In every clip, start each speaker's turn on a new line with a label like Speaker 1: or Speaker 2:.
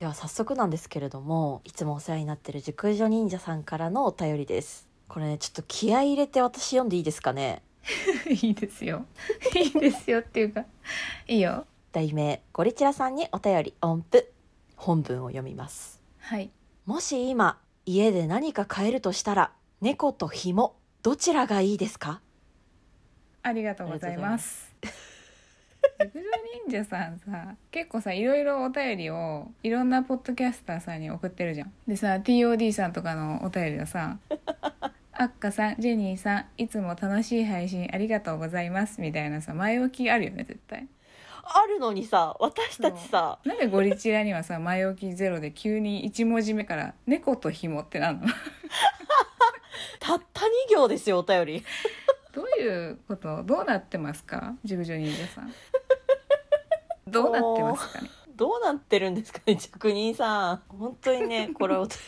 Speaker 1: では早速なんですけれどもいつもお世話になってる熟女忍者さんからのお便りですこれねちょっと気合い入れて私読んでいいですかね
Speaker 2: いいですよ。いいですよっていうか、いいよ。
Speaker 1: 題名ゴリチラさんにお便り音符本文を読みます
Speaker 2: はい。
Speaker 1: もし今家で何か買えるとしたら猫と紐どちらがいいですか
Speaker 2: ありがとうございます。熟女忍者さんさ、結構さ、いろいろお便りをいろんなポッドキャスターさんに送ってるじゃん。でさ、TOD さんとかのお便りはさ、アッカさん、ジェニーさん、いつも楽しい配信ありがとうございますみたいなさ、前置きあるよね、絶対。
Speaker 1: あるのにさ私たちさ
Speaker 2: なんでゴリチラにはさ、前置きゼロで急に1文字目から、猫と紐ってなんの
Speaker 1: たった2行ですよお便り
Speaker 2: どういうことどうなってますか熟女忍者 さんどうなってますかね
Speaker 1: どうなってるんですかね職人さん本当にねこれお便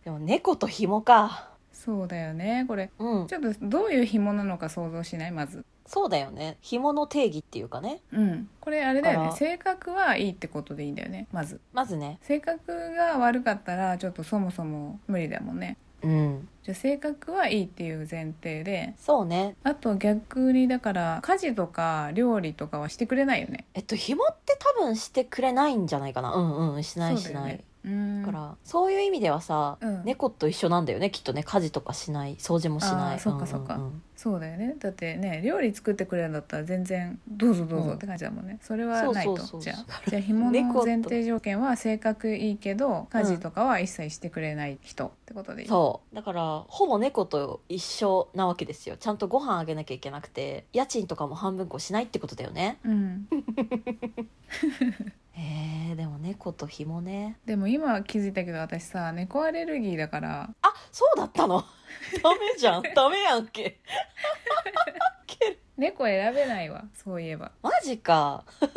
Speaker 1: りでも猫と紐か
Speaker 2: そうだよねこれ
Speaker 1: うん
Speaker 2: ちょっとどういう紐なのか想像しないまず
Speaker 1: そうだよね紐の定義っていうかね
Speaker 2: うんこれあれだよ
Speaker 1: あ
Speaker 2: ね
Speaker 1: ら
Speaker 2: 性格はいいってことでいいんだよねまず
Speaker 1: まずね
Speaker 2: 性格が悪かったらちょっとそもそも無理だもんね
Speaker 1: うん
Speaker 2: じゃあ性格はいいっていう前提で
Speaker 1: そうね
Speaker 2: あと逆にだから家事とか料理とかはしてくれないよね
Speaker 1: えっと紐って多分してくれないんじゃないかなうんうんしない
Speaker 2: そう
Speaker 1: し
Speaker 2: だよ
Speaker 1: ない、
Speaker 2: ねうん
Speaker 1: だからそういう意味ではさ、
Speaker 2: うん
Speaker 1: 猫と一緒なんだよねきっとね家事とかしない掃除もしな
Speaker 2: あー
Speaker 1: い
Speaker 2: そっかそっか
Speaker 1: んんん
Speaker 2: そうだよねだってね料理作ってくれるんだったら全然どうぞどうぞって感じだもんね、それはないと
Speaker 1: そうそうそう
Speaker 2: じゃあ じゃあ紐
Speaker 1: 猫
Speaker 2: の
Speaker 1: と
Speaker 2: 前提条件は性格いいけど家事とかは一切してくれない人ってことでいい、
Speaker 1: そうだからほぼ猫と一緒なわけですよちゃんとご飯あげなきゃいけなくて家賃とかも半分こしないってことだよね
Speaker 2: うん、
Speaker 1: えー、でも猫と紐ね
Speaker 2: でも今気づいたけど私さ猫アレルギーだから
Speaker 1: あそうだったの ダメじゃんダメやんけ
Speaker 2: 猫選べないわそういえば
Speaker 1: マジか だか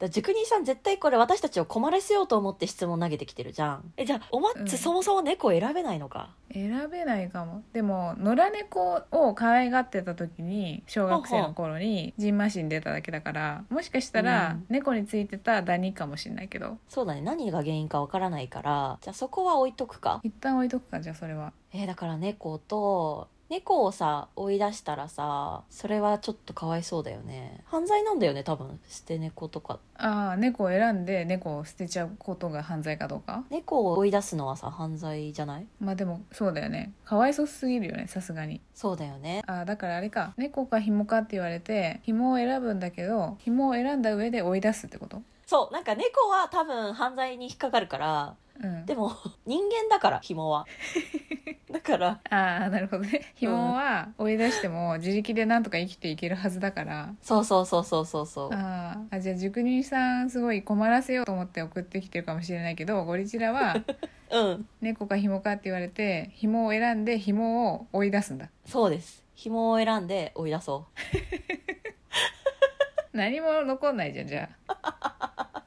Speaker 1: ら塾人さん絶対これ私たちを困らせようと思って質問投げてきてるじゃんえじゃあおまっつ、
Speaker 2: うん
Speaker 1: そもそも猫選べないのか
Speaker 2: 選べないかもでも野良猫を可愛がってた時に小学生の頃にジンマシン出ただけだからもしかした
Speaker 1: う
Speaker 2: ら
Speaker 1: ん
Speaker 2: 猫についてたダニかもしれないけど
Speaker 1: そうだね何が原因かわからないからじゃあそこは置いとくか
Speaker 2: 一旦置いとくかじゃあそれは
Speaker 1: えーだから猫と猫をさ追い出したらさそれはちょっとかわいそうだよね犯罪なんだよね多分捨て猫とか
Speaker 2: ああ猫を選んで猫を捨てちゃうことが犯罪かどうか
Speaker 1: 猫を追い出すのはさ犯罪じゃない
Speaker 2: まあでもそうだよねかわいそうすぎるよねさすがに
Speaker 1: そうだよね
Speaker 2: ああだからあれか猫か紐かって言われて紐を選ぶんだけど紐を選んだ上で追い出すってこと
Speaker 1: そうなんか猫は多分犯罪に引っかかるから
Speaker 2: うん
Speaker 1: でも人間だから紐 はだから
Speaker 2: ああなるほどね紐は追い出しても自力でなんとか生きていけるはずだから
Speaker 1: そうそうそうそうそうそう
Speaker 2: あーあじゃあ熟人さんすごい困らせようと思って送ってきてるかもしれないけどゴリチラは
Speaker 1: うん
Speaker 2: 猫か紐かって言われて紐を選んで紐を追い出すんだ
Speaker 1: そうです紐を選んで追い出そう
Speaker 2: 何も残んないじゃんじゃあ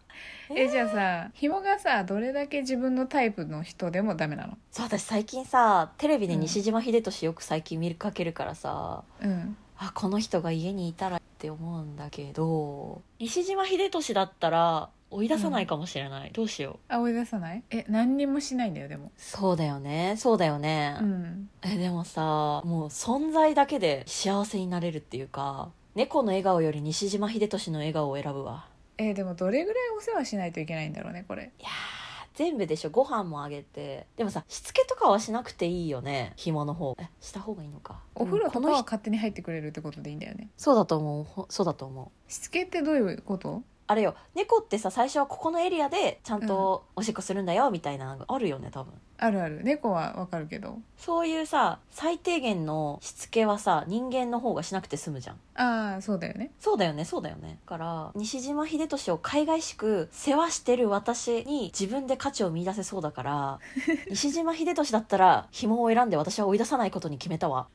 Speaker 2: えじゃあさ紐がさどれだけ自分のタイプの人でもダメなの
Speaker 1: そう私最近さテレビで
Speaker 2: うん
Speaker 1: 西島秀俊よく最近見かけるからさ、
Speaker 2: うん
Speaker 1: あこの人が家にいたらって思うんだけど西島秀俊だったら追い出さないかもしれない、どうしよう
Speaker 2: あ追い出さないえ何にもしないんだよでも
Speaker 1: そうだよねそうだよね
Speaker 2: う、ん
Speaker 1: えでもさもう存在だけで幸せになれるっていうか猫の笑顔より西島秀俊の笑顔を選ぶわ
Speaker 2: えでもどれぐらいお世話しないといけないんだろうねこれ
Speaker 1: いやー全部でしょご飯もあげてでもさしつけとかはしなくていいよね紐の方えした方がいいのか
Speaker 2: お風呂
Speaker 1: こと
Speaker 2: か
Speaker 1: の
Speaker 2: は
Speaker 1: 人
Speaker 2: 勝手に入ってくれるってことでいいんだよね
Speaker 1: そうだと思うほそうだと思う
Speaker 2: しつけってどういうこと
Speaker 1: あれよ猫ってさ最初はここのエリアでちゃんとおしっこするんだよみたいなのがあるよね多分
Speaker 2: あるある猫はわかるけど
Speaker 1: そういうさ最低限のしつけはさ人間の方がしなくて済むじゃん
Speaker 2: ああそうだよね
Speaker 1: そうだよねそうだよねだから西島秀俊を海外しく世話してる私に自分で価値を見出せそうだから 西島秀俊だったら紐を選んで私は追い出さないことに決めたわ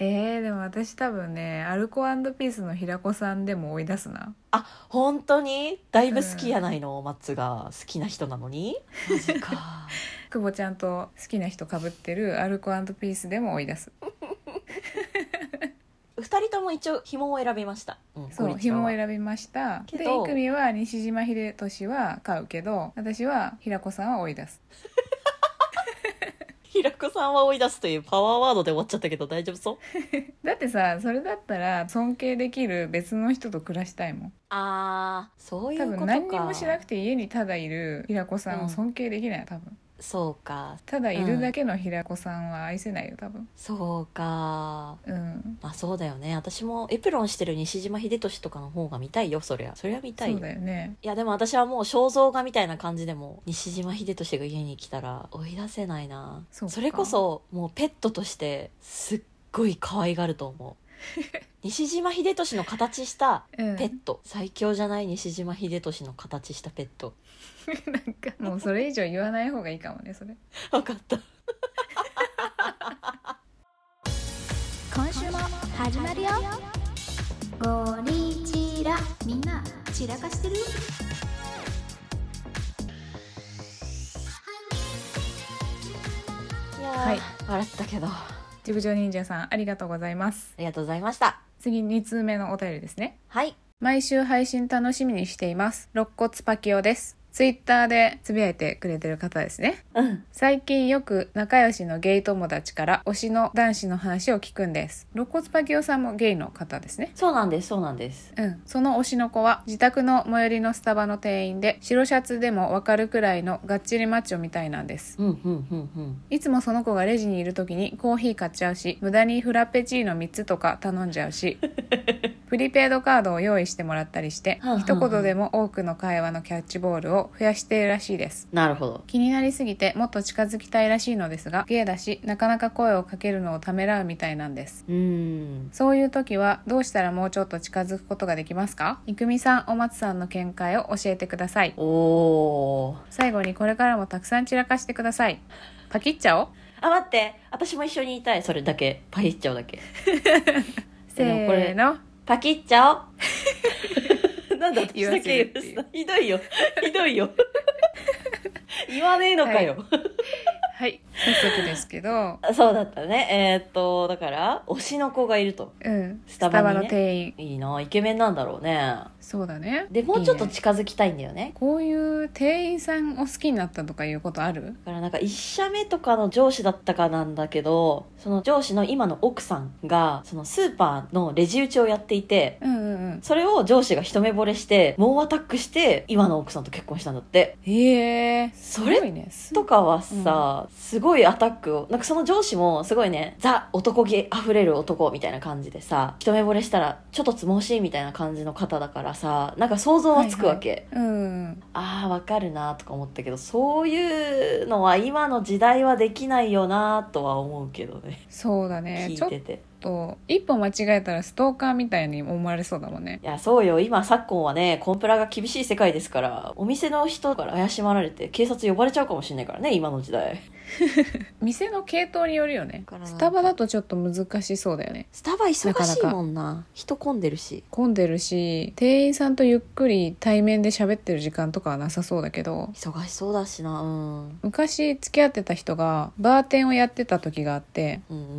Speaker 2: えー、でも私多分ねアルコピースの平子さんでも追い出すな
Speaker 1: 本当にだいぶ好きやないの、マッツが好きな人なのにマジ か
Speaker 2: 久保ちゃんと好きな人かぶってるアルコピースでも追い出す
Speaker 1: 2人とも一応紐を選びました、うん
Speaker 2: そ
Speaker 1: ゴ
Speaker 2: う
Speaker 1: リちゃん
Speaker 2: 紐を
Speaker 1: は
Speaker 2: 選びました
Speaker 1: け
Speaker 2: で
Speaker 1: ど
Speaker 2: 郁美は西島秀俊は買うけど私は平子さんは追い出す
Speaker 1: 平子さんは追い出すというパワーワードで終わっちゃったけど大丈夫そう
Speaker 2: だってさそれだったら尊敬できる別の人と暮らしたいもん
Speaker 1: あーそうい
Speaker 2: 多
Speaker 1: うこと
Speaker 2: 分
Speaker 1: か
Speaker 2: 何にもしなくて家にただいる平子さんを尊敬できないよ多分
Speaker 1: そうか
Speaker 2: ただいるだけの平子さんは愛せないよ多分
Speaker 1: そうか
Speaker 2: うん
Speaker 1: まあそうだよね私もエプロンしてる西島秀俊とかの方が見たいよそりゃそりゃ見たい
Speaker 2: そ
Speaker 1: よ
Speaker 2: うだよね
Speaker 1: いやでも私はもう肖像画みたいな感じでも西島秀俊が家に来たら追い出せないな
Speaker 2: そ
Speaker 1: そう
Speaker 2: か
Speaker 1: れこそもうペットとしてすっごい可愛がると 思う西島秀俊の形した
Speaker 2: うん
Speaker 1: ペット、最強じゃない西島秀俊の形したペット
Speaker 2: なんかもうそれ以上言わない方がいいかもねそれ
Speaker 1: 分かった
Speaker 3: 今週も始まるよゴリチラみんな散らかしてる
Speaker 1: いやー、
Speaker 2: はい
Speaker 1: 笑ったけどあ
Speaker 2: 熟女忍者さんありがとうございます
Speaker 1: りがとうございました
Speaker 2: 次2通目のお便りですね
Speaker 1: はい
Speaker 2: 毎週配信楽しみにしています肋骨パキオですツイッターでつぶやいてくれてる方ですね
Speaker 1: うん
Speaker 2: 最近よく仲良しのゲイ友達から推しの男子の話を聞くんです肋骨パキオさんもゲイの方ですね
Speaker 1: そうなんですそうなんです
Speaker 2: うん、その推しの子は自宅の最寄りのスタバの店員で白シャツでもわかるくらいのがっちりマッチョみたいなんです
Speaker 1: うんうんうんうん
Speaker 2: いつもその子がレジにいる時にコーヒー買っちゃうし無駄にフラペチーノ3つとか頼んじゃ うしプリペイドカードを用意してもらったりして
Speaker 1: はあはあ
Speaker 2: 一言でも多くの会話のキャッチボールを増やしているらしいです
Speaker 1: なるほど
Speaker 2: 気になりすぎてもっと近づきたいらしいのですがゲイだしなかなか声をかけるのをためらうみたいなんです
Speaker 1: うーん
Speaker 2: そういう時はどうしたらもうちょっと近づくことができますかいくみさんお松さんの見解を教えてください
Speaker 1: おー
Speaker 2: 最後にこれからもたくさん散らかしてくださいパキっちゃおう
Speaker 1: あ待って私も一緒にいたいそれだけパキっちゃおうだけ
Speaker 2: せ
Speaker 1: でもこれ
Speaker 2: ーの
Speaker 1: パキっちゃ おうなんだ私
Speaker 2: 言わ
Speaker 1: だ
Speaker 2: せ
Speaker 1: け
Speaker 2: る
Speaker 1: 許
Speaker 2: ってい
Speaker 1: す
Speaker 2: う
Speaker 1: なひどいよひどいよ言わねえのかよ、
Speaker 2: はい早速ですけど
Speaker 1: あそうだったねえーっとだから推しの子がいると
Speaker 2: うん
Speaker 1: スタバにね
Speaker 2: の店員
Speaker 1: いいなイケメンなんだろうね
Speaker 2: そうだね
Speaker 1: でもうちょっと
Speaker 2: いいね
Speaker 1: 近づきたいんだよね
Speaker 2: こういう店員さんを好きになったとかいうことある
Speaker 1: だからなんか1社目とかの上司だったかなんだけどその上司の今の奥さんがそのスーパーのレジ打ちをやっていて
Speaker 2: うんうんうん
Speaker 1: それを上司が一目惚れして猛アタックして今の奥さんと結婚したんだって
Speaker 2: へえす
Speaker 1: そ
Speaker 2: ご
Speaker 1: れ
Speaker 2: いねす
Speaker 1: とかはさ、すごいアタックをなんかその上司もすごいねザ男気あふれる男みたいな感じでさ一目惚れしたらちょっとつもしいみたいな感じの方だからさなんか想像はつくわけ、
Speaker 2: うんうん
Speaker 1: あーわかるなとか思ったけどそういうのは今の時代はできないよなとは思うけどね
Speaker 2: そうだね
Speaker 1: 聞
Speaker 2: ちょ
Speaker 1: い
Speaker 2: って
Speaker 1: て
Speaker 2: と一歩間違えたらストーカーみたいに思われそうだもんね
Speaker 1: いやそうよ今昨今はねコンプラが厳しい世界ですからお店の人から怪しまられて警察呼ばれちゃうかもしれないからね今の時代
Speaker 2: 店の系統によるよ
Speaker 1: だ
Speaker 2: ね
Speaker 1: からなんか
Speaker 2: スタバだとちょっと難しそうだよね
Speaker 1: スタバ忙
Speaker 2: しいも
Speaker 1: んな人混んでるし
Speaker 2: 混んでるし店員さんとゆっくり対面で喋ってる時間とかはなさそうだけど
Speaker 1: 忙しそうだしなうん
Speaker 2: 昔付き合ってた人がバーテンをやってた時があって
Speaker 1: うんうんう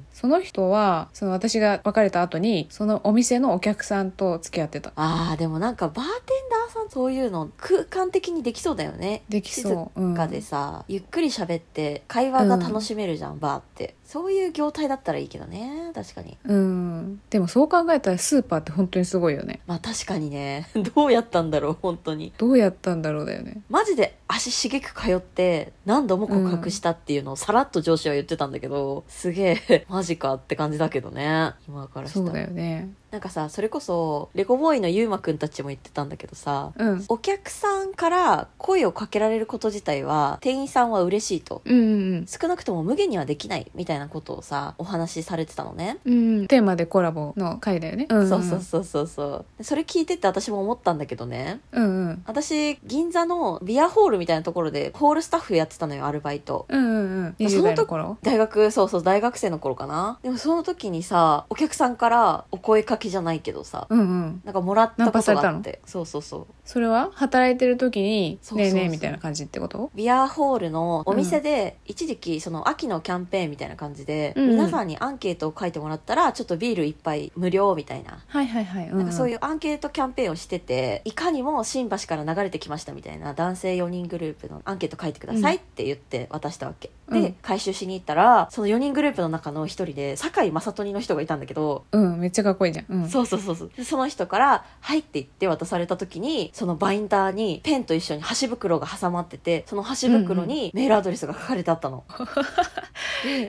Speaker 1: ん
Speaker 2: その人はその私が別れた後にそのお店のお客さんと付き合ってた
Speaker 1: ああでもなんかバーテンダーさんそういうの空間的にできそうだよね
Speaker 2: できそう、うん、
Speaker 1: かでさ、ゆっくり喋って会話が楽しめるじゃん、バーってそういう業態だったらいいけどね確かに
Speaker 2: うん、でもそう考えたらスーパーって本当にすごいよね
Speaker 1: まあ確かにね どうやったんだろう本当に
Speaker 2: どうやったんだろうだよね
Speaker 1: マジで足しげく通って何度も告白したっていうのをさらっと上司は言ってたんだけど、すげえ マジかって感じだけどね今からした
Speaker 2: そうだ
Speaker 1: ら
Speaker 2: よね
Speaker 1: なんかさそれこそレゴボーイのゆうまくんたちも言ってたんだけどさ
Speaker 2: うん
Speaker 1: お客さんから声をかけられること自体は店員さんは嬉しいと
Speaker 2: うんうん
Speaker 1: 少なくとも無限にはできないみたいなことをさお話しされてたのね、
Speaker 2: うん、うん、テーマでコラボの回だよね、うんん、
Speaker 1: そうそうそうそうそうでそれ聞いてって私も思ったんだけどね
Speaker 2: うんうん
Speaker 1: 私銀座のビアホールみたいなところでホールスタッフやってたのよアルバイト
Speaker 2: うんうんうん
Speaker 1: そ
Speaker 2: 20
Speaker 1: の
Speaker 2: 代
Speaker 1: 時
Speaker 2: の頃
Speaker 1: 大学そうそう大学生の頃かなでもその時にさお客さんからお声かけじゃないけどさ
Speaker 2: うんうん
Speaker 1: なんかもらったことがあってそうそうそう
Speaker 2: それは働いてる時に「
Speaker 1: そうそう
Speaker 2: ね
Speaker 1: そ
Speaker 2: え
Speaker 1: う
Speaker 2: ねえ」みたいな感じってこと
Speaker 1: ビアホールのお店で一時期その秋のキャンペーンみたいな感じで、
Speaker 2: うんうん
Speaker 1: 皆さんにアンケートを書いてもらったらちょっとビール一杯無料みたいな
Speaker 2: はいはいはい、
Speaker 1: なんかそういううアンケートキャンペーンをしてていかにも新橋から流れてきましたみたいな男性4人グループのアンケート書いてくださいって言って渡したわけ、
Speaker 2: うん
Speaker 1: で回収しに行ったらその4人グループの中の1人で堺雅人の人がいたんだけど、
Speaker 2: うん、うん、めっちゃかっこいいじゃん、うん、
Speaker 1: そうそうそうそうでその人から「はい」って言って渡された時にそのバインダーにペンと一緒に箸袋が挟まっててその箸袋にメールアドレスが書かれてあった の、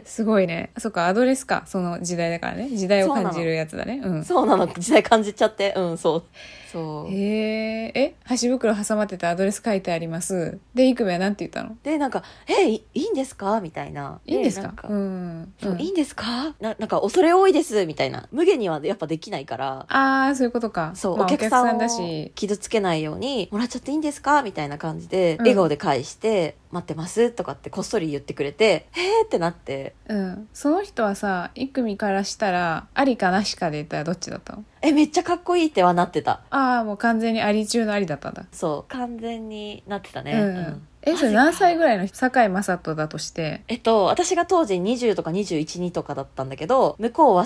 Speaker 2: すごいねそっかアドレスかその時代だからね時代を感じるやつだねうん
Speaker 1: そうなの時代感じちゃってうんそうそう
Speaker 2: へええ箸袋挟まっててアドレス書いてありますでイクメはなんて言ったの
Speaker 1: でなんか「えいいいんですか?」みたいな「
Speaker 2: いいんですか
Speaker 1: なん
Speaker 2: うん、
Speaker 1: そう
Speaker 2: うん
Speaker 1: いいんですかななんか恐れ多いですみたいな無限にはやっぱできないから
Speaker 2: ああそういうことか
Speaker 1: そう、
Speaker 2: まあ
Speaker 1: お客さん
Speaker 2: おだ
Speaker 1: を
Speaker 2: し
Speaker 1: 傷つけないようにもらっちゃっていいんですかみたいな感じで
Speaker 2: ん
Speaker 1: 笑顔で返して、待ってますとかってこっそり言ってくれてえーってなって
Speaker 2: うん、その人はさイクミからしたらありかなしかで言ったらどっちだったの
Speaker 1: えめっちゃかっこいいってはなってた
Speaker 2: ああもう完全にあり中のありだったんだ、
Speaker 1: そう完全になってたね、
Speaker 2: うん
Speaker 1: うん
Speaker 2: えそれ何歳ぐらいの人堺雅人だとして
Speaker 1: えっと私が当時20とか212とかだったんだけど向こうは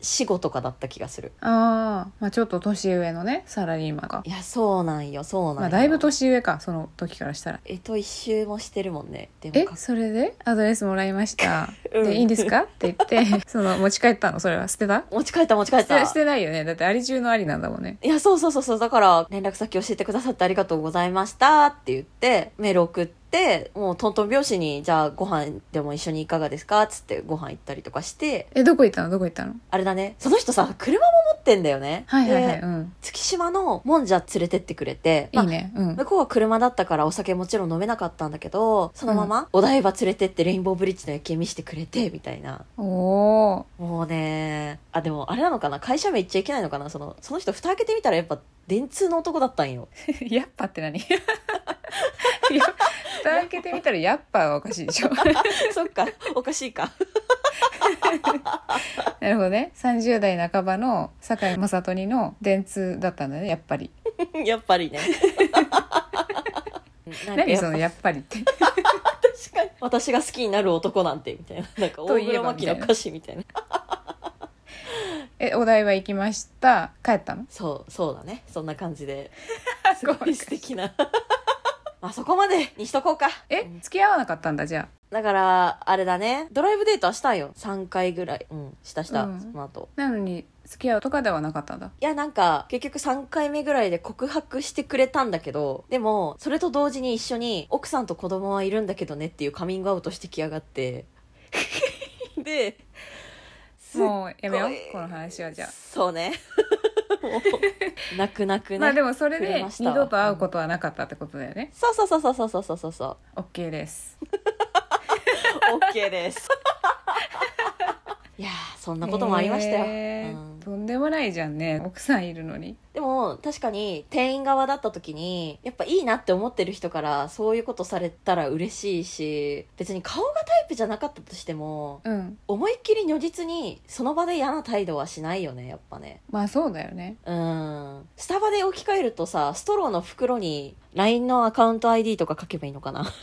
Speaker 1: 345とかだった気がする
Speaker 2: ああまあちょっと年上のねサラリーマンか
Speaker 1: いやそうなんよそうなんよ、
Speaker 2: まあだいぶ年上かその時からしたら
Speaker 1: えっと一周もしてるもんねでも
Speaker 2: え
Speaker 1: かっ
Speaker 2: それでアドレスもらいました、
Speaker 1: うん
Speaker 2: でいいんですかっ て言ってその持ち帰ったのそれは捨てた
Speaker 1: 持ち帰った持ち帰っ
Speaker 2: 捨て
Speaker 1: た
Speaker 2: 捨てないよねだってあり中のありなんだもんね
Speaker 1: いや、そうそうそうそう。だから、連絡先教えてくださってありがとうございましたって言って、メール送って、もうトントン拍子に、じゃあご飯でも一緒にいかがですかっつってご飯行ったりとかして、
Speaker 2: えどこ行ったのどこ行ったの
Speaker 1: あれだね、その人さ、車も持ってんだよね。
Speaker 2: はいはいはい、
Speaker 1: で
Speaker 2: うん
Speaker 1: 月島のもんじゃ連れてってくれて、
Speaker 2: い
Speaker 1: まあ
Speaker 2: いねうん
Speaker 1: 向こうは車だったからお酒もちろん飲めなかったんだけど、そのままお台場連れてってレインボーブリッジの夜景見せてくれて、みたいな。
Speaker 2: おー
Speaker 1: もうね、あ、でもあれなのかな会社名言っちゃいけないのかなその、その人蓋開けてみたらやっぱ電通の男だったんよ。
Speaker 2: やっぱって何 いや蓋開けてみたらやっぱはおかしい でしょ
Speaker 1: そっか、おかしいか。
Speaker 2: なるほどね30代半ばの堺雅人の電通だったんだねやっぱり
Speaker 1: やっぱ りね。なんか
Speaker 2: 何
Speaker 1: やっ
Speaker 2: そ
Speaker 1: ぱ
Speaker 2: のやっぱりって
Speaker 1: 確かに 私が好きになる男なんてみたいな なんか大黒摩季の歌詞みたいな
Speaker 2: えお台場行きました帰った の
Speaker 1: そうそうだねそんな感じです
Speaker 2: ごい
Speaker 1: ごい素敵な まあそこまでにしとこうか
Speaker 2: え
Speaker 1: うん
Speaker 2: 付き合わなかったんだじゃあ
Speaker 1: だからあれだねドライブデートはしたんよ3回ぐらいうんしたした、
Speaker 2: うん
Speaker 1: その後
Speaker 2: なのに付き合うとかではなかったんだ
Speaker 1: いやなんか結局3回目ぐらいで告白してくれたんだけどでもそれと同時に一緒に奥さんと子供はいるんだけどねっていうカミングアウトしてきやがって です
Speaker 2: もうやめよ
Speaker 1: すっ
Speaker 2: うこの話はじゃ
Speaker 1: そう ねもう泣く泣く
Speaker 2: あ
Speaker 1: ね、
Speaker 2: まあでもそれ
Speaker 1: 触
Speaker 2: で
Speaker 1: れました
Speaker 2: 二度と会うことはなかったってことだよね
Speaker 1: そうそうそうそうそうそうそうそう
Speaker 2: OK です
Speaker 1: ケーです いやーそんなこともありましたよ、
Speaker 2: へー
Speaker 1: うん
Speaker 2: とんでもないじゃんね奥さんいるのに
Speaker 1: でも確かに店員側だった時にやっぱいいなって思ってる人からそういうことされたら嬉しいし別に顔がタイプじゃなかったとしても
Speaker 2: うん
Speaker 1: 思いっきり如実にその場で嫌な態度はしないよねやっぱね
Speaker 2: まあそうだよね
Speaker 1: うんスタバで置き換えるとさストローの袋に LINE のアカウント ID とか書けばいいのかな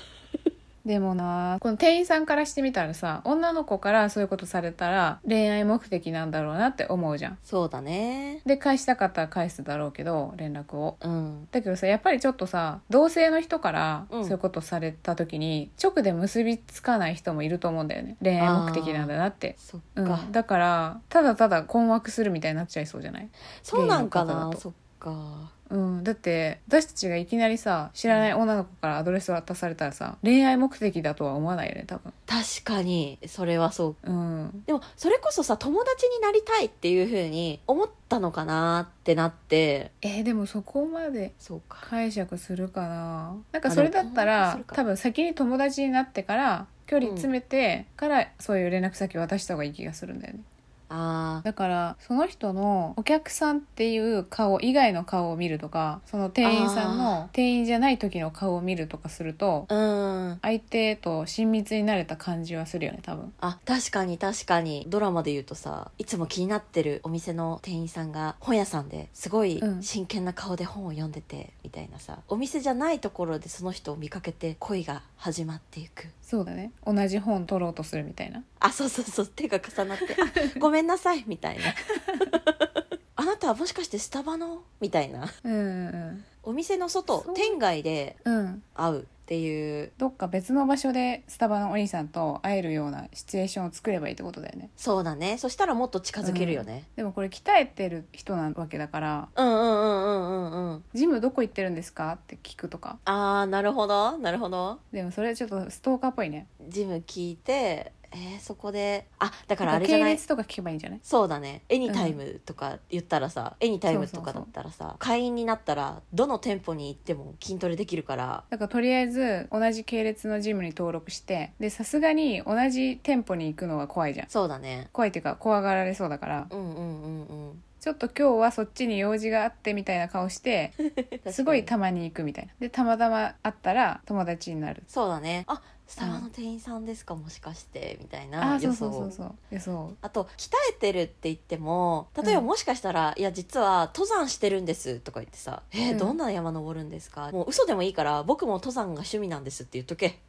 Speaker 2: でもなこの店員さんからしてみたらさ女の子からそういうことされたら恋愛目的なんだろうなって思うじゃん
Speaker 1: そうだね
Speaker 2: で返したかったら返すだろうけど連絡を
Speaker 1: うん
Speaker 2: だけどさやっぱりちょっとさ同性の人から
Speaker 1: うん
Speaker 2: そういうことされた時に、直で結びつかない人もいると思うんだよね恋愛目的なんだなって、
Speaker 1: そっか、
Speaker 2: うん、だからただただ困惑するみたいになっちゃいそうじゃない、
Speaker 1: そうなんか
Speaker 2: ゲイの方
Speaker 1: な
Speaker 2: だと
Speaker 1: そっか
Speaker 2: うん、だって私たちがいきなりさ知らない女の子からアドレス渡されたらさ恋愛目的だとは思わないよね多分
Speaker 1: 確かにそれはそう
Speaker 2: うん
Speaker 1: でもそれこそさ友達になりたいっていう風に思ったのかなってなって
Speaker 2: えーでもそこまで
Speaker 1: そうか
Speaker 2: 解釈するかななんかそれだった
Speaker 1: あ
Speaker 2: ら
Speaker 1: でも
Speaker 2: 多分先に友達になってから距離詰めてからそういう連絡先渡した方がいい気がするんだよね、
Speaker 1: あー
Speaker 2: だからその人のお客さんっていう顔以外の顔を見るとかその店員さんの店員じゃない時の顔を見るとかすると
Speaker 1: うん
Speaker 2: 相手と親密になれた感じはするよね多分
Speaker 1: あ確かに確かにドラマで言うとさいつも気になってるお店の店員さんが本屋さんですごい
Speaker 2: うん
Speaker 1: 真剣な顔で本を読んでてみたいなさお店じゃないところでその人を見かけて恋が始まっていく
Speaker 2: そうだね同じ本取ろうとするみたいな
Speaker 1: あそうそうそう手が重なって あごめんなさいみたいなあなたはもしかしてスタバのみたいな
Speaker 2: うんうん
Speaker 1: お店の外
Speaker 2: そう
Speaker 1: 店外で
Speaker 2: うんうん
Speaker 1: 会うっていう
Speaker 2: どっか別の場所でスタバのお兄さんと会えるようなシチュエーションを作ればいいってことだよね
Speaker 1: そうだねそしたらもっと近づけるよね、
Speaker 2: でもこれ鍛えてる人なわけだから
Speaker 1: うん、うんうんうんうんうん
Speaker 2: 「ジムどこ行ってるんですか?」って聞くとか
Speaker 1: あーなるほどなるほど
Speaker 2: でもそれちょっとストーカーっぽいね
Speaker 1: ジム聞いてえー、そこであだからあ
Speaker 2: なん
Speaker 1: れ
Speaker 2: か
Speaker 1: じゃ
Speaker 2: 系
Speaker 1: ない
Speaker 2: 列とか聞けばいいんじゃない
Speaker 1: そうだね「エニタイム」とか言ったらさ「エニタイム」とかだったらさ会員になったらどの店舗に行っても筋トレできるから
Speaker 2: だからとりあえず同じ系列のジムに登録してでさすがに同じ店舗に行くのは怖いじゃん
Speaker 1: そうだね
Speaker 2: 怖いっていうか怖がられそうだから
Speaker 1: うんうんうんうん
Speaker 2: ちょっと今日はそっちに用事があってみたいな顔してすご
Speaker 1: 確か
Speaker 2: い
Speaker 1: に
Speaker 2: たまに行くみたいなでたまたま会ったら友達になる
Speaker 1: そうだねあスタバの店員さんですか、もしかしてみたい
Speaker 2: あ
Speaker 1: な
Speaker 2: あそ
Speaker 1: 予
Speaker 2: うそ
Speaker 1: 想
Speaker 2: うそうそういやそう
Speaker 1: あと鍛えてるって言っても例えば
Speaker 2: うん
Speaker 1: もしかしたら「いや実は登山してるんです」とか言ってさ「えー
Speaker 2: うん
Speaker 1: どんな山登るんですか?」もう嘘でもいいから「僕も登山が趣味なんです」って言っと け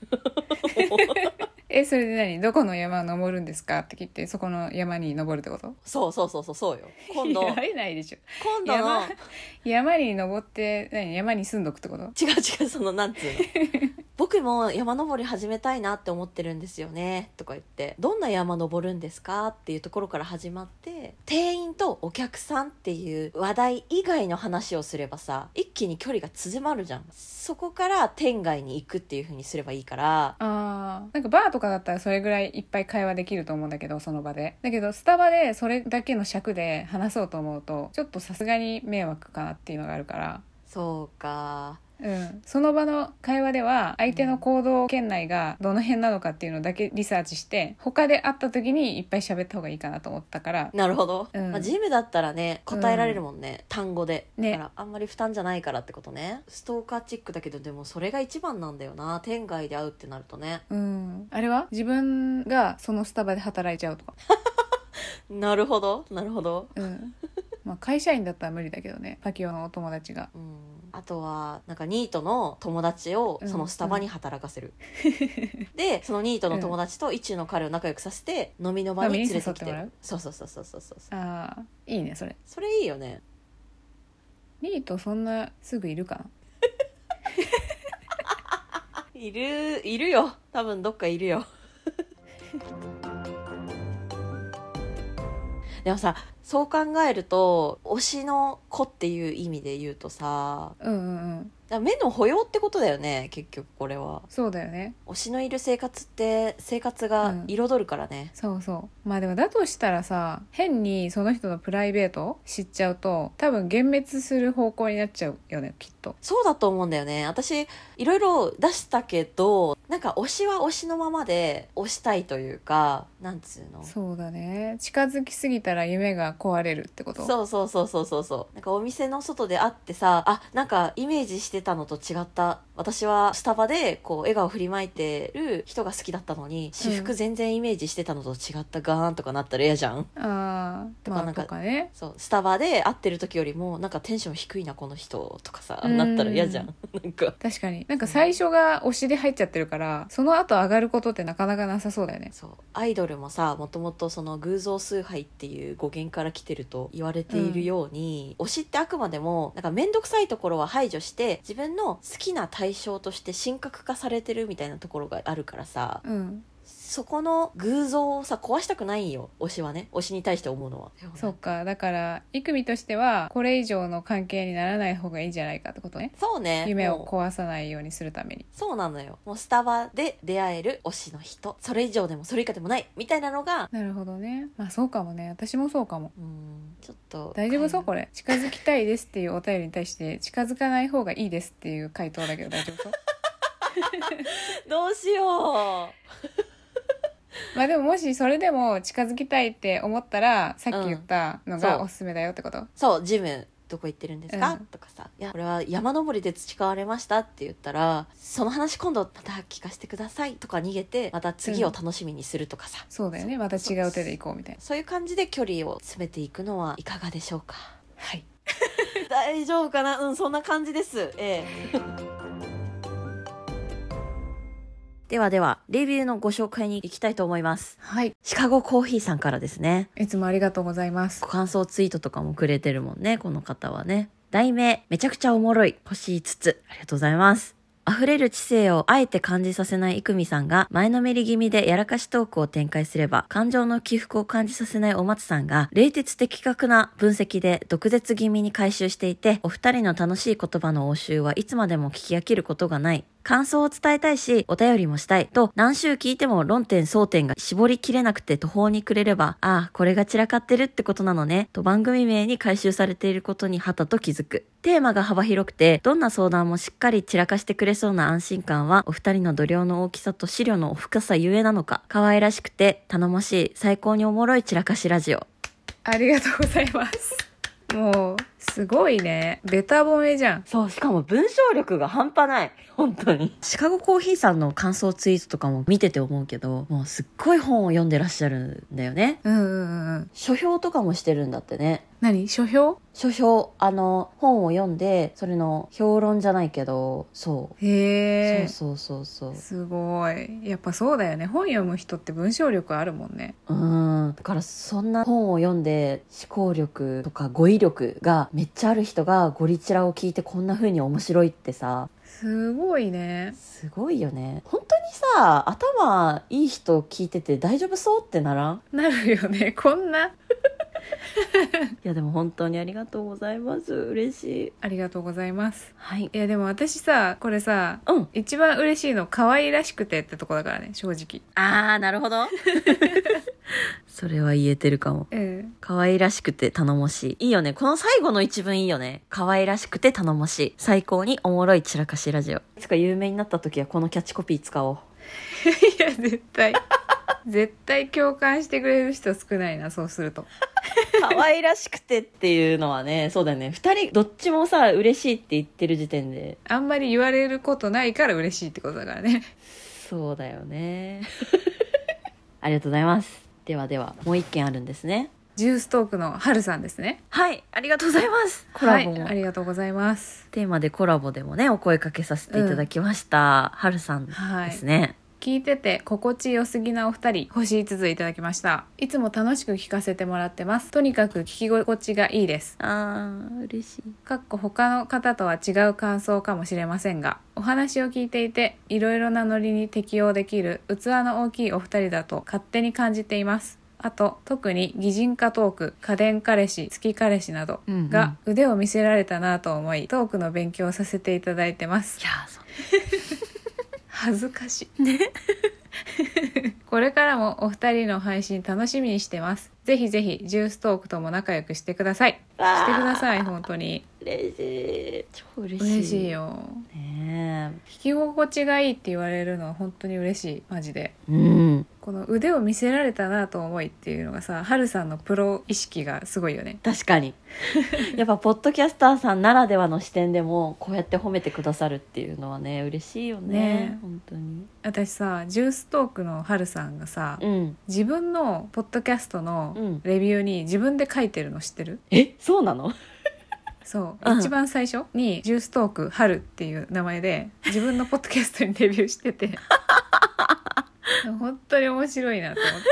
Speaker 2: えそれで何どこの山登るんですかって聞いてそこの山に登るってこと
Speaker 1: そうそうそうそうそうよ今度
Speaker 2: いやありないでしょ
Speaker 1: 今度の
Speaker 2: 山山に登って何山に住んどくってこと
Speaker 1: 違う違うそのなんつうの 僕も山登り始めたいなって思ってるんですよねとか言ってどんな山登るんですかっていうところから始まって店員とお客さんっていう話題以外の話をすればさ一気に距離が縮まるじゃんそこから店外に行くっていう風にすればいいから
Speaker 2: あーなんかバーとかだったらそれぐらいいっぱい会話できると思うんだけどその場でだけどスタバでそれだけの尺で話そうと思うとちょっとさすがに迷惑かなっていうのがあるから、
Speaker 1: そうか
Speaker 2: うん、その場の会話では相手の行動圏内がどの辺なのかっていうのだけリサーチして他で会った時にいっぱい喋った方がいいかなと思ったから
Speaker 1: なるほど、
Speaker 2: うん
Speaker 1: まあ、ジムだったらね答えられるもんね、単語で、
Speaker 2: ね
Speaker 1: だからあんまり負担じゃないからってことねストーカーチックだけどでもそれが一番なんだよな店外で会うってなるとね
Speaker 2: うんあれは自分がそのスタバで働いちゃうとか、
Speaker 1: なるほどなるほど、
Speaker 2: うん、まあ会社員だったら無理だけどねパキオのお友達が
Speaker 1: うん、あとはなんかニートの友達を
Speaker 2: うん
Speaker 1: そのスタバに働かせる、でそのニートの友達と一中の彼を仲良くさせて飲みの場に連れてき
Speaker 2: 飲みに誘って
Speaker 1: て
Speaker 2: もらう
Speaker 1: そうそうそうそうそうそう
Speaker 2: ああいいねそれ
Speaker 1: それいいよね
Speaker 2: ニートそんなすぐいるかない
Speaker 1: るいるよ多分どっかいるよ でもさそう考えると推しの子っていう意味で言うとさ
Speaker 2: うんうんうん
Speaker 1: だから目の保養ってことだよね結局これは
Speaker 2: そうだよね
Speaker 1: 推しのいる生活って生活が彩るからね、
Speaker 2: そうそうまあでもだとしたらさ変にその人のプライベートを知っちゃうと多分幻滅する方向になっちゃうよねきっと
Speaker 1: そうだと思うんだよね私いろいろ出したけどなんか推しは推しのままで推したいというかなんつうの
Speaker 2: そうだね近づきすぎたら夢が壊れるってことう
Speaker 1: そうそうそうそうそうそうなんかお店の外で会ってさあなんかイメージしてたのと違った私はスタバでこう笑顔振りまいてる人が好きだったのに私服全然イメージしてたのと違ったガーンとかなったら嫌じゃん
Speaker 2: ああ
Speaker 1: とか
Speaker 2: ま
Speaker 1: な
Speaker 2: あ
Speaker 1: んか
Speaker 2: とかね
Speaker 1: そうスタバで会ってる時よりもなんかテンション低いなこの人とかさ
Speaker 2: うん
Speaker 1: なったら嫌じゃん なんか
Speaker 2: 確かになんか最初が推しで入っちゃってるからその後上がることってなかなかなさそうだよね
Speaker 1: そうアイドルもさもともとその偶像崇拝っていう語源から来てると言われているように、推しってあくまでもなんか面倒くさいところは排除して自分の好きな対象として神格化されてるみたいなところがあるからさ
Speaker 2: うん
Speaker 1: そこの偶像をさ壊したくないんよ推しはね推しに対して思うのは
Speaker 2: そっかだからイクミとしてはこれ以上の関係にならない方がいいんじゃないかってことね
Speaker 1: そうね
Speaker 2: 夢
Speaker 1: も
Speaker 2: を
Speaker 1: う
Speaker 2: 壊さないようにするために
Speaker 1: そうなのよもうスタバで出会える推しの人それ以上でもそれ以下でもないみたいなのが
Speaker 2: なるほどねまあそうかもね私もそうかも
Speaker 1: うんちょっと
Speaker 2: 大丈夫そう
Speaker 1: こ
Speaker 2: これ近づきたいですっていうお便りに対して近づかない方がいいですっていう回答だ けど大丈夫そう
Speaker 1: れどうしよう
Speaker 2: まあでももしそれでも近づきたいって思ったらさっき言ったの
Speaker 1: う
Speaker 2: が
Speaker 1: ん
Speaker 2: おすすめだよってこと、
Speaker 1: そうジムどこ行ってるんですか、
Speaker 2: うん
Speaker 1: とかさ「いやこれは山登りで培われました」って言ったら「その話今度また聞かせてください」とか逃げてまた次を楽しみにするとかさ、
Speaker 2: そうだよねまた違う手で行こうみたいな
Speaker 1: そういう感じで距離を詰めていくのはいかがでしょうか
Speaker 2: はい
Speaker 1: 大丈夫かなうんそんな感じですええではではレビューのご紹介に行きたいと思います
Speaker 2: はい
Speaker 1: シカゴコーヒーさんからですね
Speaker 2: いつもありがとうございます
Speaker 1: ご感想ツイートとかもくれてるもんね、この方はね。題名、めちゃくちゃおもろい、星5つ。ありがとうございます。溢れる知性をあえて感じさせないイクミさんが前のめり気味でやらかしトークを展開すれば感情の起伏を感じさせないお松さんが冷徹的確な分析で毒舌気味に回収していてお二人の楽しい言葉の応酬はいつまでも聞き飽きることがない感想を伝えたいし、お便りもしたいと、何週聞いても論点争点が絞りきれなくて途方に暮れれば、ああ、これが散らかってるってことなのね、と番組名に回収されていることにはたと気づく。テーマが幅広くて、どんな相談もしっかり散らかしてくれそうな安心感は、お二人の度量の大きさと資料の深さゆえなのか、可愛らしくて、頼もしい、最高におもろい散らかしラジオ。
Speaker 2: ありがとうございます もうすごいねベタ褒めじゃん
Speaker 1: そう、しかも文章力が半端ない。本当に。シカゴコーヒーさんの感想ツイートとかも見てて思うけど、もうすっごい本を読んでらっしゃるんだよね。
Speaker 2: うんうんうんうん
Speaker 1: 書評とかもしてるんだってね。
Speaker 2: 何書評
Speaker 1: 書評、あの、本を読んで、それの評論じゃないけど、そう。
Speaker 2: へえ
Speaker 1: そうそうそうそ
Speaker 2: すごいやっぱそうだよね本読む人って文章力あるもんね
Speaker 1: ううんだからそんな本を読んで思考力とか語彙力がめっちゃある人がゴリチラを聞いてこんな風に面白いってさ
Speaker 2: すごいね
Speaker 1: すごいよね本当にさ頭いい人聞いてて大丈夫そうってならん
Speaker 2: なるよねこんない
Speaker 1: やでも本当にありがとうございます嬉しい
Speaker 2: ありがとうございます
Speaker 1: はい
Speaker 2: いやでも私さこれさ
Speaker 1: うん
Speaker 2: 一番嬉しいの可愛らしくてってとこだからね正直
Speaker 1: あーなるほ どそれは言えてるかも
Speaker 2: うん
Speaker 1: 可愛らしくて頼もしいいいよねこの最後の一文いいよね可愛らしくて頼もしい最高におもろい散らかしラジオいつか有名になった時はこのキャッチコピー使おう
Speaker 2: いや絶対絶対共感してくれる人少ないなそうすると
Speaker 1: 可愛らしくてっていうのはねそうだよね二人どっちもさ嬉しいって言ってる時点で
Speaker 2: あんまり言われることないから嬉しいってことだからね
Speaker 1: そうだよね ありがとうございますではではもう一件あるんですね
Speaker 2: ジューストークのハルさんですね
Speaker 1: はい、ありがとうございます。コラボも、
Speaker 2: はい、ありがとうございます
Speaker 1: テーマでコラボでもね、お声かけさせていただきました。はるさんで
Speaker 2: はい
Speaker 1: すね。
Speaker 2: 聞いてて心地よすぎなお二人星5ついただきましたいつも楽しく聞かせてもらってますとにかく聞き心地がいいです
Speaker 1: あー、嬉しい。
Speaker 2: かっこ他の方とは違う感想かもしれませんがお話を聞いていていろいろなノリに適応できる器の大きいお二人だと勝手に感じていますあと特に擬人化トーク家電彼氏月彼氏など
Speaker 1: うんうん
Speaker 2: が腕を見せられたなと思いトークの勉強をさせていただいてます
Speaker 1: いやー、そう。
Speaker 2: 恥ずかしい、ね、 これからもお二人の配信楽しみにしてますぜひぜひジューストークとも仲良くしてくださいしてください本当に
Speaker 1: 嬉しい。超嬉しい。
Speaker 2: 嬉しい。よ
Speaker 1: ね
Speaker 2: 聞き心地がいいって言われるのは本当に嬉しいマジで
Speaker 1: え。うん。
Speaker 2: この腕を見せられたなと思いっていうのがさハルさんのプロ意識がすごいよね
Speaker 1: 確かに。 やっぱ、ポッドキャスターさんならではの視点でも、こうやって褒めてくださるっていうのはね、嬉しいよね。
Speaker 2: ね
Speaker 1: 本当に。
Speaker 2: 私さジューストークのハルさんがさ
Speaker 1: うん。
Speaker 2: 自分のポッドキャストの
Speaker 1: うん
Speaker 2: レビューに自分で書いてるの知ってる
Speaker 1: え、そうなの
Speaker 2: そう、
Speaker 1: うん
Speaker 2: 一番最初に「ジューストーク春」っていう名前で自分のポッドキャストにデビューして て本当に面白いなと思って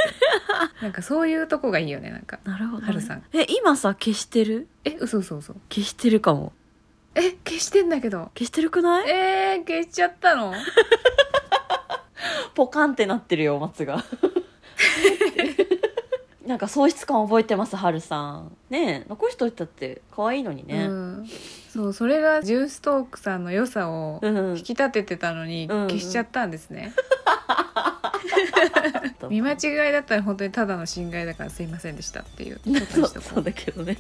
Speaker 2: なんかそういうとこがいいよねなんか
Speaker 1: なるほど、
Speaker 2: ハルさん。
Speaker 1: え、今さ、消してる
Speaker 2: え嘘嘘嘘
Speaker 1: 消してるかも。
Speaker 2: え消してんだけど
Speaker 1: 消してるくない
Speaker 2: えー、消しちゃったの
Speaker 1: ポカンってなってるよ松 がなんか喪失感覚えてますはるさんねえ残しといたって可愛いのにね
Speaker 2: うん、そうそれがジューストークさんの良さを
Speaker 1: うん、
Speaker 2: 引き立ててたのに
Speaker 1: うん
Speaker 2: 消しちゃったんですね、見間違いだったら本当に ただの侵害だからすいませんでしたっていうことにしとこ
Speaker 1: そうだけどね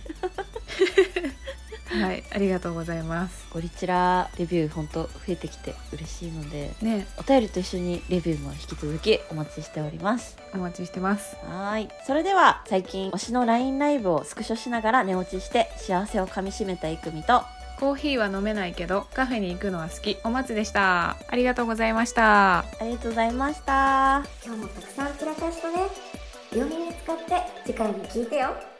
Speaker 2: はいありがとうございます
Speaker 1: ゴリチラレビューほんと増えてきて嬉しいので
Speaker 2: ね
Speaker 1: お便りと一緒にレビューも引き続きお待ちしております
Speaker 2: お待ちしてます
Speaker 1: はーいそれでは最近推しの LINE ライブをスクショしながら寝落ちして幸せをかみしめたいくみと
Speaker 2: コーヒーは飲めないけどカフェに行くのは好きお待ちでしたありがとうございました
Speaker 1: ありがとうございました
Speaker 3: 今日もたくさん散らかしたね両耳使って次回も聞いてよ